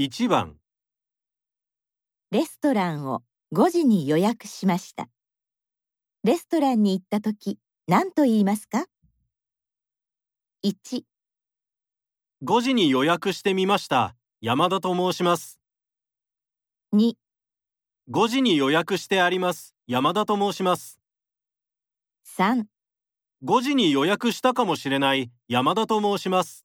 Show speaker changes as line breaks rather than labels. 1番、
レストランを5時に予約しました。レストランに行ったとき、何と言いますか ?1、
5時に予約してみました。山田と申します。
2、
5時に予約してあります。山田と申します。
3。
5時に予約したかもしれない。山田と申します。